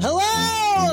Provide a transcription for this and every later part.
Hello,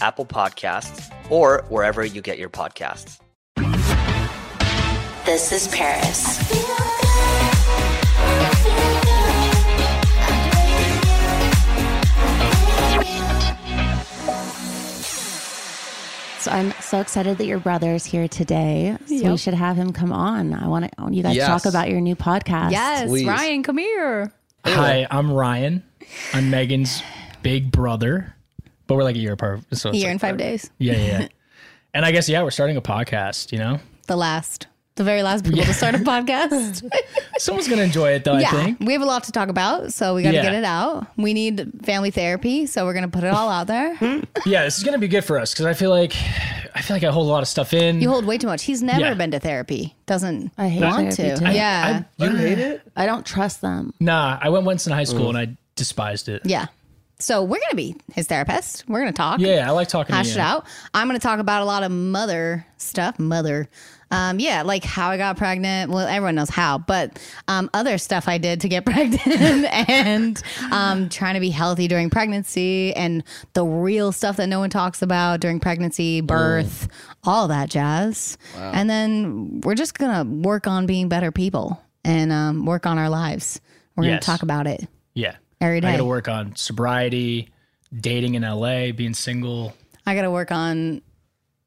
Apple Podcasts, or wherever you get your podcasts. This is Paris. So I'm so excited that your brother is here today. So We should have him come on. I want, to, I want you guys Yes. to talk about your new podcast. Yes, Please. Ryan, come here. Hi, I'm Ryan. I'm Megan's big brother, but we're like a year apart. So A it's year like- and five days. Yeah, yeah. yeah. and I guess yeah, we're starting a podcast. You know, The last, the very last people to start a podcast. someone's gonna enjoy it though. yeah, I think. we have a lot to talk about, so we got to Yeah. get it out. We need family therapy, so we're gonna put it all out there. Yeah, this is gonna be good for us because I feel like I feel like I hold a lot of stuff in. you hold way too much. He's never Yeah. been to therapy. Doesn't I hate want therapy to. too. I- yeah, I, I don't trust them. nah, I went once in high school and I despised it. yeah. So we're gonna be his therapist. We're gonna talk. Yeah, I like talking hash to it you. out. I'm going to talk about a lot of mother stuff. Mother. Um, yeah, like how I got pregnant. Well, everyone knows how, but um, other stuff I did to get pregnant and um, trying to be healthy during pregnancy and the real stuff that no one talks about during pregnancy, birth, all that jazz. And then we're just going to work on being better people and um, work on our lives. We're going to Yes. talk about it Yeah, every day. I got to work on sobriety, dating in LA, being single. I got to work on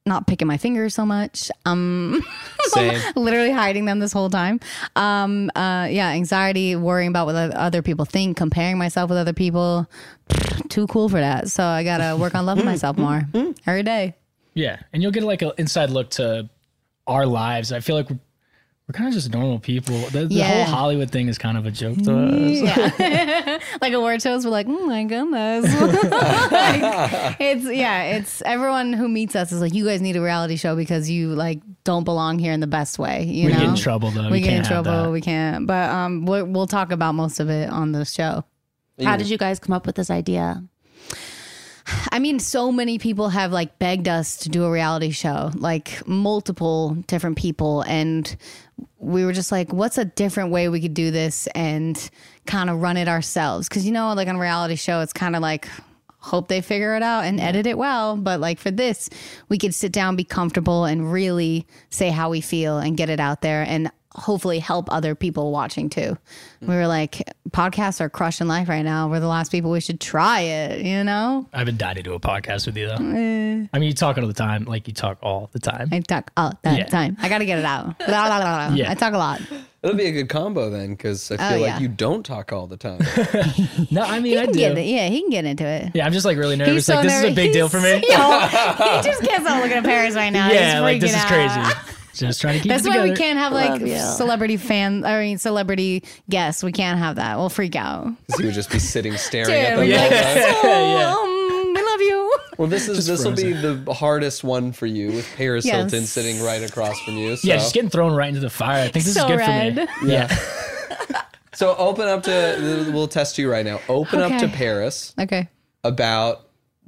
not picking my fingers so much. Um, Same. literally hiding them this whole time. Um, uh, yeah, anxiety, worrying about what other people think, comparing myself with other people. Too cool for that. So I gotta work on loving myself more every day. Yeah, and you'll get like an inside look to our lives. I feel like we're, we're kind of just normal people. The, the Yeah. whole Hollywood thing is kind of a joke to us. Yeah, like award shows, we're like, oh my goodness. Like, it's yeah, it's everyone who meets us is like, you guys need a reality show because you like don't belong here in the best way. You We know, get in trouble though. we You get in can't have trouble. that. We can't. But um, we're, we'll talk about most of it on the show. How did you guys come up with this idea? I mean, so many people have like begged us to do a reality show, like multiple different people. And we were just like, what's a different way we could do this and kind of run it ourselves? Cause you know, like on a reality show, it's kind of like, hope they figure it out and edit it well. But like for this, we could sit down, be comfortable, and really say how we feel and get it out there and hopefully help other people watching too. We were like, podcasts are crushing life right now. We're the last people we should try it, you know? I haven't died into a podcast with you though. I mean, you talk all the time. Like you talk all the time. I talk all the Yeah. time. I got to get it out. Blah, blah, blah, blah. Yeah. I talk a lot. That'll be a good combo then, because I feel Oh, like yeah. you don't talk all the time. No, I mean I He can do. get it. Yeah, he can get into it. Yeah, I'm just like really nervous. like this is a big deal for me. he just can't stop looking at Paris right now. yeah, He's like this freaking is out. crazy. just trying to keep That's it why together. we can't have like Love you. celebrity fan. I mean, celebrity guests. We can't have that. We'll freak out. 'Cause he would just be sitting staring Yeah, at them we'd be all like, the time. so, um, we love you. Well, this is this will be the hardest one for you with Paris Yes. Hilton sitting right across from you. So. Yeah, just getting thrown right into the fire. I think this is So good red. for me. Yeah. So open up to we'll test you right now. Open up to Okay. Paris Okay. about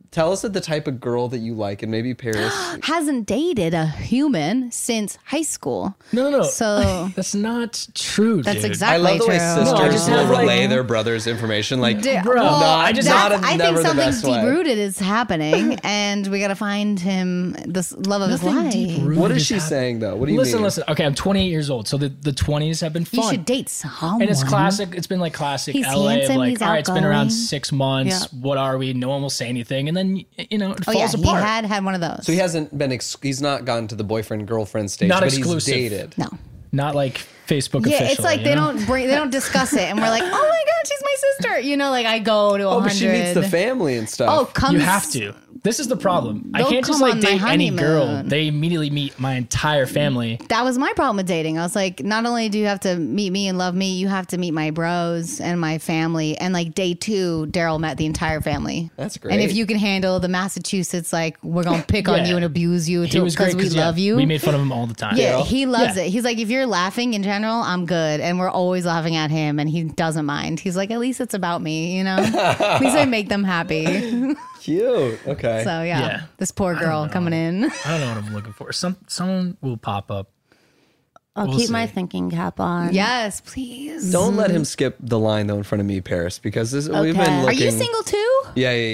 tell us that the type of girl that you like and maybe Paris Hasn't dated a human since high school. No, no, no. So that's not true. that's dude. I exactly love the true. way No, I sisters just have, will like- relay their brothers' information. Like, Dude, Bruh. well, Nah, I just- that's- not a- I never think the something best way. deep rooted is happening, and we gotta find him this love of Nothing his life. deep-rooted what is is she happening. saying though? What do you listen, mean? listen. Okay, I'm 28 years old, so the, the 20s have been You fun. should date someone. and it's classic. It's been like classic He's LA. of handsome, like, he's all right, it's been around outgoing. six months. What are we? No one will say anything, and then you know it Oh yeah, falls apart. he had had one of those. So he hasn't been. Ex- he's not gone to the boyfriend girlfriend stage. Not but exclusive. He's dated. no. Not like Facebook. Yeah, officially, it's like you they know? don't bring, they don't discuss it, and we're like, oh my god, she's my sister. You know, like I go to a Oh, hundred. but she meets the family and Oh, stuff. come You have to. This is the problem. I They'll can't just come like on my date any girl. honeymoon. They immediately meet my entire family. that was my problem with dating. I was like, not only do you have to meet me and love me, you have to meet my bros and my family. And like day two, Daryl met the entire family. That's And if great. you can handle the Massachusetts, like we're gonna pick on Yeah. you and abuse you He was because great we yeah, love you. We made fun of him all the time. yeah, he loves Yeah. it. He's like, if you're laughing in general, I'm good, and we're always laughing at him, and he doesn't mind. He's like, at least it's about me, you know. at least I make them happy. so Cute. Okay. yeah, Yeah. this poor girl coming in. I don't know what I'm looking for. Some someone will pop up. I'll We'll keep see. my thinking cap on. yes, please. Don't let him skip the line though in front of me, Paris, because this, we've Okay. been Are Are looking. you single too? Yeah, yeah,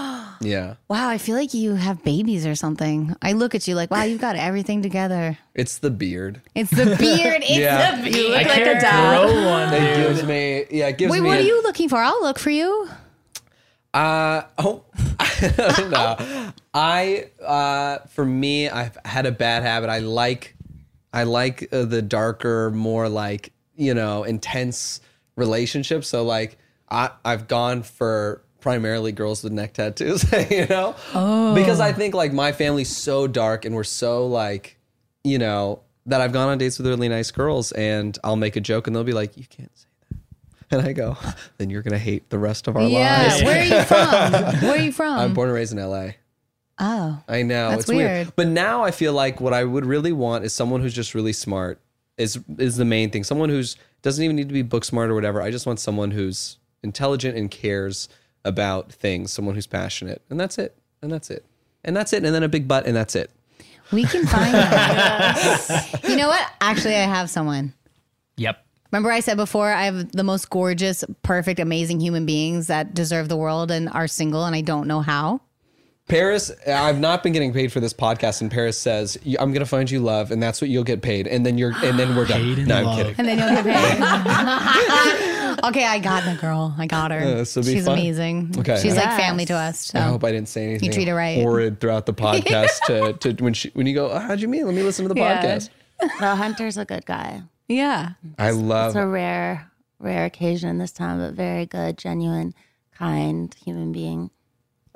yeah. yeah. Wow, I feel like you have babies or something. I look at you like, wow, you've got everything together. It's the beard. It's the beard. It's Yeah. the beard. You look I can't grow one. It dude. gives me. Yeah, it gives Wait, me. what are you looking for? I'll look for you. Uh oh. no. I uh for me, I've had a bad habit. I like, I like uh, the darker, more like you know intense relationships. So like I I've gone for primarily girls with neck tattoos. you know, because I think like my family's so dark and we're so like you know that I've gone on dates with really nice girls and I'll make a joke and they'll be like, you can't say that. And I go, then you're gonna hate the rest of our yeah. lives. Where are you from? Where are you from? I'm born and raised in LA. oh. I know That's it's weird. weird. but now I feel like what I would really want is someone who's just really smart. Is is the main thing. Someone who's doesn't even need to be book smart or whatever. I just want someone who's intelligent and cares about things. Someone who's passionate, and that's it. And that's it. And that's it. And then a big butt, and that's it. We can find that. You know what? Actually, I have someone. Yep. Remember, I said before, I have the most gorgeous, perfect, amazing human beings that deserve the world and are single, and I don't know how. Paris, I've not been getting paid for this podcast, and Paris says "Y- I'm going to find you love, and that's what you'll get paid, and then you're, and then we're done. Paid in no, love. I'm kidding. And then you'll get paid. okay, I got the girl. I got her. this will Uh, be She's fun. amazing. Okay. She's like Yes. family to us. So. I hope I didn't say anything treat her right. horrid throughout the podcast. to, to when she when you go, oh, how'd you meet? Let me listen to the Yeah. podcast. No, Hunter's a good guy. yeah. I It's love. a rare, rare occasion this time, but very good, genuine, kind human being.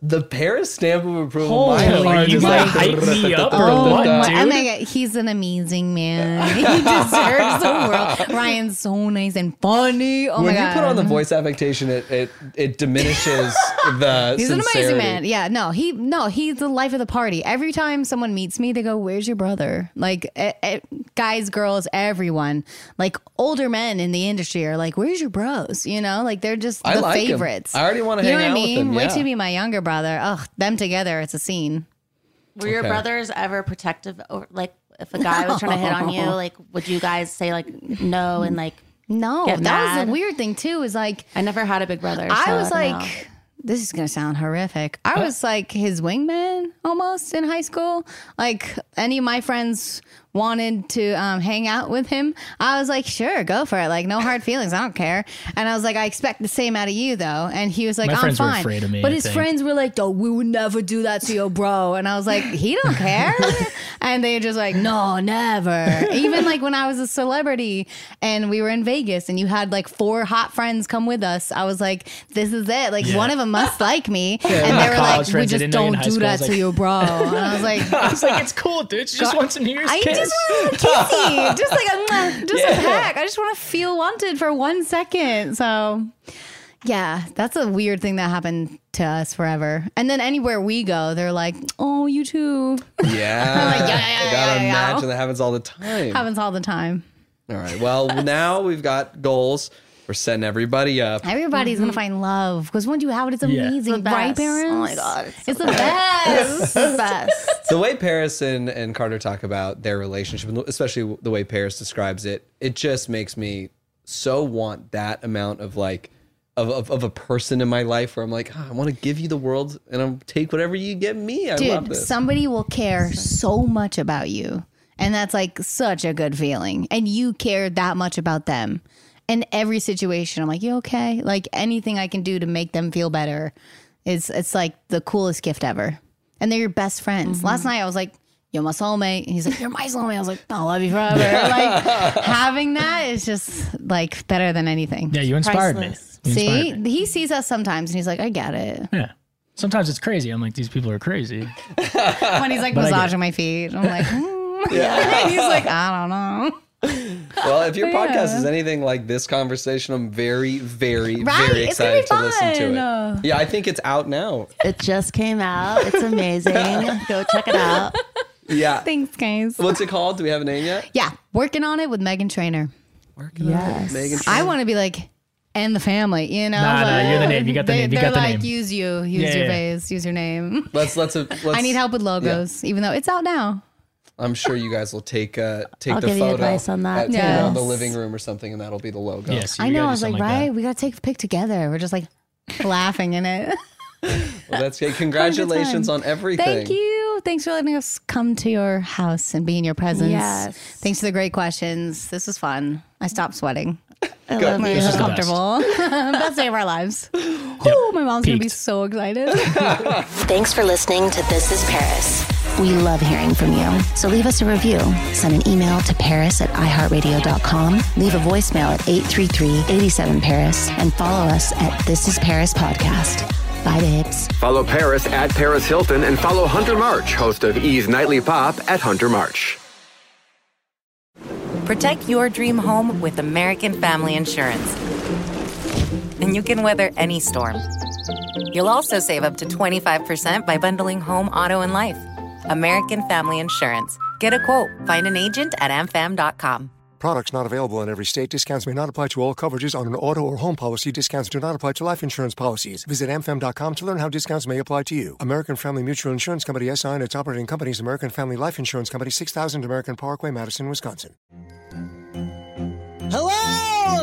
The Paris stamp of approval. Holy my heart are is you like- gonna hype me up or Oh, what, my, dude? oh my God. He's an amazing man. He deserves the world. Ryan's so nice and funny. Oh when my God. you put on the voice affectation, it it, it diminishes the He's sincerity. an amazing man. Yeah, no, he no, he's the life of the party. Every time someone meets me, they go, "Where's your brother?" Like eh, eh, guys, girls, everyone, like older men in the industry are like, "Where's your bros?" You know, like they're just I the like him. favorites. I already wanna You know hang what I out with mean? him, Wait yeah. till you meet my younger brother. Ugh, them together, it's a scene. Were your Okay. brothers ever protective? Or, like, if a guy was trying to hit on you, like, would you guys say like no? And like, No, Get that was mad. the weird thing too. Is like I never had a big brother. so I was don't know. like, this is gonna sound horrific. I was like his wingman almost in high school. Like any of my friends wanted to um, hang out with him, I was like, sure, go for it. Like, no hard feelings. I don't care. And I was like, I expect the same out of you, though. And he was like, My I'm friends were fine. afraid of me, but I his think. friends were like, oh, we would never do that to your bro. And I was like, he don't care. and they just like, no, never. Even like when I was a celebrity and we were in Vegas and you had like four hot friends come with us, I was like, this is it. Like, Yeah. one of them must like me. and my they were college like, we friends that just didn't know you in don't high do school, I that was to like- your bro. And I was like, It's like it's cool, dude. She just God- wants a New Year's I kiss. just want to kissy, just like a mwah, just a heck. I just want to feel wanted for one second. So, yeah, that's a weird thing that happened to us forever. And then anywhere we go, they're like, "Oh, you too." Yeah. yeah, yeah, I gotta yeah, yeah. imagine that happens all the time. Happens all the time. all right. Well, now we've got goals. We're setting everybody up. Everybody's gonna find love because once you have it, it's Yeah. amazing, The right, best. parents? Mm-hmm. Oh my God, it's it's, the best. the best. the way Paris and, and Carter talk about their relationship, and especially the way Paris describes it, it just makes me so want that amount of like of, of, of a person in my life where I'm like, "Ah, I want to give you the world and I'll take whatever you give me. I love Dude, this. somebody will care so much about you. And that's like such a good feeling. And you care that much about them. In every situation, I'm like, you okay? Like anything I can do to make them feel better is it's like the coolest gift ever. And they're your best friends. Last Mm-hmm. night I was like, You're my soulmate. And he's like, You're my soulmate. I was like, I'll love you forever. like having that is just like better than anything. yeah, you inspired Priceless. me. You inspired See? me. He sees us sometimes and he's like, I get it. Yeah. Sometimes it's crazy. I'm like, these people are crazy. Oh when he's like But I get massaging my feet. I'm like, hmm. he's like, I don't know. well, if your podcast is anything like this conversation, I'm very, very, Right, very it's gonna excited be to listen to fun. it. Yeah, I think it's out now. It just came out. It's amazing. Go check it out. Yeah. Thanks, guys. What's it called? Do we have a name yet? Yeah, working on it with Megan Trainer. Yes. Megan. I want to be like, and the family, you know. Nah, nah, like, you're the name. You got the they, name. You they're got the like, name. use you, use Yeah, your yeah, yeah. face, use your name. Let's let's. uh, let's I need help with logos, even though it's out now. I'm sure you guys will take uh take I'll the give you photo advice on that, at- too. around the Yes. living room or something, and that'll be the logo. Yes. I know. I was like, right, we gotta take a pic together. We're just like laughing in it. Well, that's great. Congratulations on everything. Thank you. Thanks for letting us come to your house and be in your presence. Yes. Thanks for the great questions. This was fun. I stopped sweating. I love We're you. This is the best. comfortable. best day of our lives. Whew, my mom's gonna be Peaked. so excited. Thanks for listening to This is Paris. We love hearing from you. So leave us a review. Send an email to paris at iheartradio.com. Leave a voicemail at 833-87-PARIS. And follow us at This is Paris Podcast. Bye, babes. Follow Paris at Paris Hilton and follow Hunter March, host of E's Nightly Pop at Hunter March. Protect your dream home with American Family Insurance. And you can weather any storm. You'll also save up to 25% by bundling home, auto, and life. American Family Insurance. Get a quote, find an agent at amfam.com. Products not available in every state. Discounts may not apply to all coverages on an auto or home policy. Discounts do not apply to life insurance policies. Visit amfam.com to learn how discounts may apply to you. American Family Mutual Insurance Company SI and its operating companies, American Family Life Insurance Company, 6000 American Parkway, Madison, Wisconsin. Hello,